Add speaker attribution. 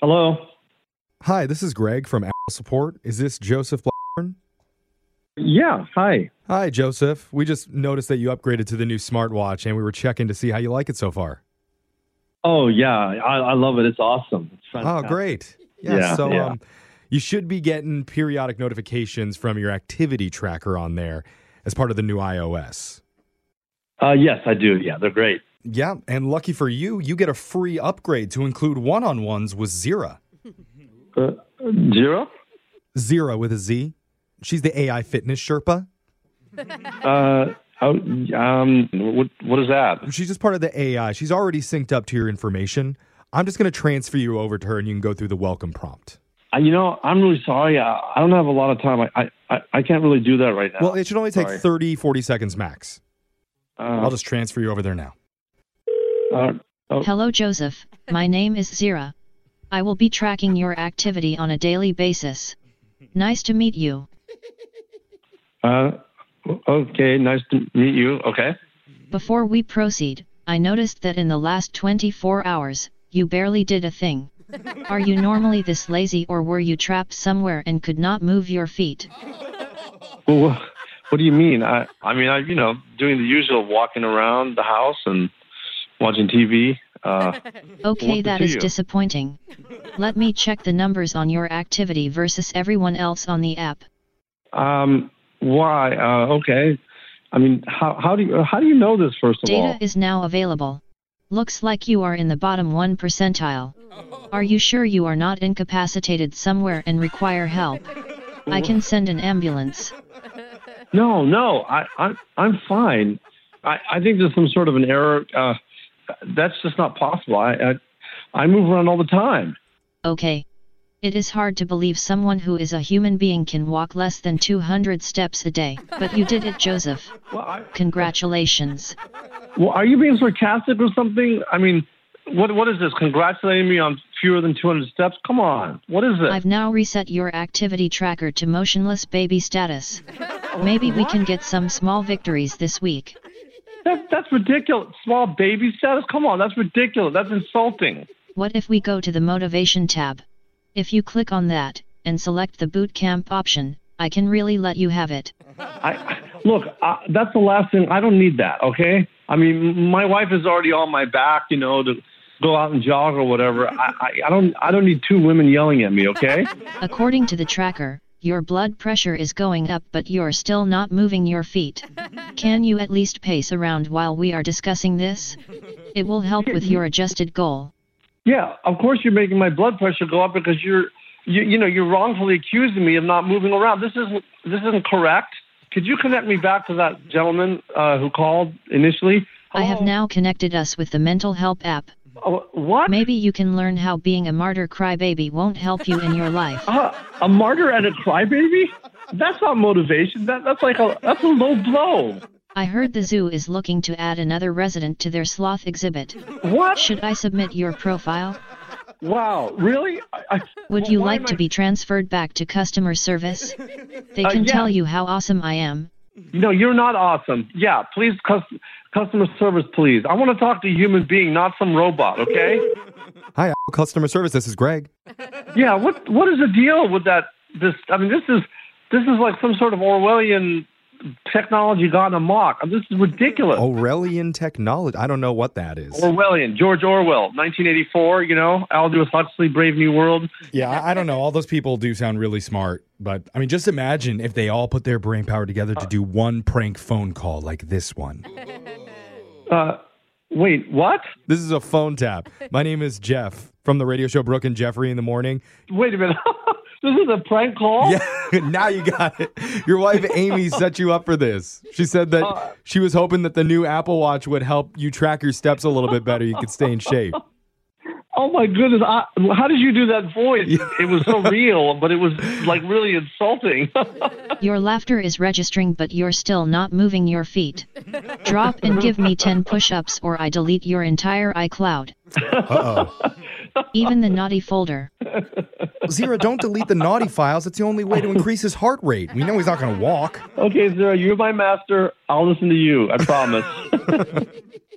Speaker 1: Hello.
Speaker 2: Hi, this is Greg from Apple Support. Is this Joseph Blackburn?
Speaker 1: Yeah. Hi.
Speaker 2: Hi, Joseph. We just noticed that you upgraded to the new smartwatch and we were checking to see how you like it so far.
Speaker 1: Oh yeah, I, I love it. It's awesome. It's
Speaker 2: Oh,
Speaker 1: fantastic.
Speaker 2: great. Yeah.
Speaker 1: Yeah,
Speaker 2: so
Speaker 1: yeah.
Speaker 2: Um, you should be getting periodic notifications from your activity tracker on there as part of the new iOS.
Speaker 1: Uh, yes, I do. Yeah, they're great.
Speaker 2: Yeah. And lucky for you, you get a free upgrade to include one on ones with Zira.
Speaker 1: Uh, Zero.
Speaker 2: Zira with a Z. She's the AI fitness Sherpa.
Speaker 1: Uh, oh, um, what what is that?
Speaker 2: She's just part of the AI. She's already synced up to your information. I'm just going to transfer you over to her and you can go through the welcome prompt.
Speaker 1: Uh, you know, I'm really sorry. I, I don't have a lot of time. I, I- I, I can't really do that right now.
Speaker 2: Well, it should only take
Speaker 1: Oh, Sorry.
Speaker 2: thirty, forty 30, 40 seconds max. I'll
Speaker 1: uh,
Speaker 2: just transfer you over there now.
Speaker 1: uh,
Speaker 3: Hello, Joseph. My name is Zira. I will be tracking your activity on a daily basis. Nice to meet you.
Speaker 1: uh, okay. Nice to meet you. Okay.
Speaker 3: Before we proceed, I noticed that in the last 24 hours, you barely did a thing. Are you normally this lazy or were you trapped somewhere and could not move your feet?
Speaker 1: Well, what, what do you mean? I I mean, I you know, doing the usual, walking around the house and watching TV. Uh,
Speaker 3: Okay,
Speaker 1: What
Speaker 3: that
Speaker 1: do
Speaker 3: is
Speaker 1: you?
Speaker 3: disappointing. Let me check the numbers on your activity versus everyone else on the app.
Speaker 1: um, why? Uh, okay. I mean, how how do you uh, how do you know this first of all?
Speaker 3: Data is now available. Looks like you are in the bottom 1 percentile. Are you sure you are not incapacitated somewhere and require help? I can send an ambulance.
Speaker 1: No, no, I, I, I'm fine. I, I think there's some sort of an error. Uh, that's just not possible. I, I, I move around all the time.
Speaker 3: Okay. It is hard to believe someone who is a human being can walk less than 200 steps a day, but you did it, Joseph.
Speaker 1: Well, I,
Speaker 3: Congratulations.
Speaker 1: well, are you being sarcastic or something? I mean, what, what is this? Congratulating me on fewer than 200 steps? Come on. What is this?
Speaker 3: I've now reset your activity tracker to motionless baby status. Maybe we can get some small victories this week.
Speaker 1: That, that's ridiculous. Small baby status? Come on. That's ridiculous. That's insulting.
Speaker 3: What if we go to the motivation tab? If you click on that and select the boot camp option, I can really let you have it.
Speaker 1: I, look, I, that's the last thing. I don't need that. Okay. I mean, my wife is already on my back, you know, to go out and jog or whatever. I, I, I don't, I don't need two women yelling at me. Okay.
Speaker 3: According to the tracker, your blood pressure is going up, but you're still not moving your feet. Can you at least pace around while we are discussing this? It will help with your adjusted goal.
Speaker 1: yeah. Of course, you're making my blood pressure go up because you're, you, you know, you're wrongfully accusing me of not moving around. This isn't, this isn't correct. Could you connect me back to that gentleman uh, who called initially?
Speaker 3: I have now connected us with the mental help app.
Speaker 1: Oh, what?
Speaker 3: Maybe you can learn how being a martyr crybaby won't help you in your life.
Speaker 1: Uh, a martyr and a crybaby? That's not motivation. That, that's like a, that's a low blow.
Speaker 3: I heard the zoo is looking to add another resident to their sloth exhibit.
Speaker 1: What?
Speaker 3: Should I submit your profile?
Speaker 1: Wow, really? I, I,
Speaker 3: Would you
Speaker 1: why
Speaker 3: like
Speaker 1: am
Speaker 3: to
Speaker 1: I-
Speaker 3: be transferred back to customer service? They
Speaker 1: Uh,
Speaker 3: can
Speaker 1: yeah.
Speaker 3: tell you how awesome I am.
Speaker 1: No, you're not awesome. Yeah, please, cus- customer service, please. I want to talk to a human being, not some robot. Okay?
Speaker 2: Hi, Apple customer service. This is Greg.
Speaker 1: yeah. What What is the deal with that? This. I mean, this is this is like some sort of Orwellian technology gone amok. This is ridiculous.
Speaker 2: Oh. Aurelian Technology. I don't know what that is.
Speaker 1: Orwellian, George Orwell, 1984. You know, Aldous Huxley, Brave New World.
Speaker 2: Yeah, I, I don't know. All those people do sound really smart, but I mean, just imagine if they all put their brain power together to do one prank phone call like this one.
Speaker 1: Uh, wait, what?
Speaker 2: This is a phone tap. My name is Jeff from the radio show Brooke and Jeffrey in the morning.
Speaker 1: Wait a minute. this is a prank call.
Speaker 2: Yeah, now you got it. Your wife Amy set you up for this. She said that she was hoping that the new Apple Watch would help you track your steps a little bit better. You could stay in shape.
Speaker 1: Oh my goodness! I, how did you do that voice? It was so real, but it was like really insulting.
Speaker 3: Your laughter is registering, but you're still not moving your feet. Drop and give me 10 push ups, or I delete your entire iCloud. Even the naughty folder.
Speaker 2: Zira, don't delete the naughty files. It's the only way to increase his heart rate. We know he's not going to walk.
Speaker 1: okay, Zara, you're my master. I'll listen to you. I promise.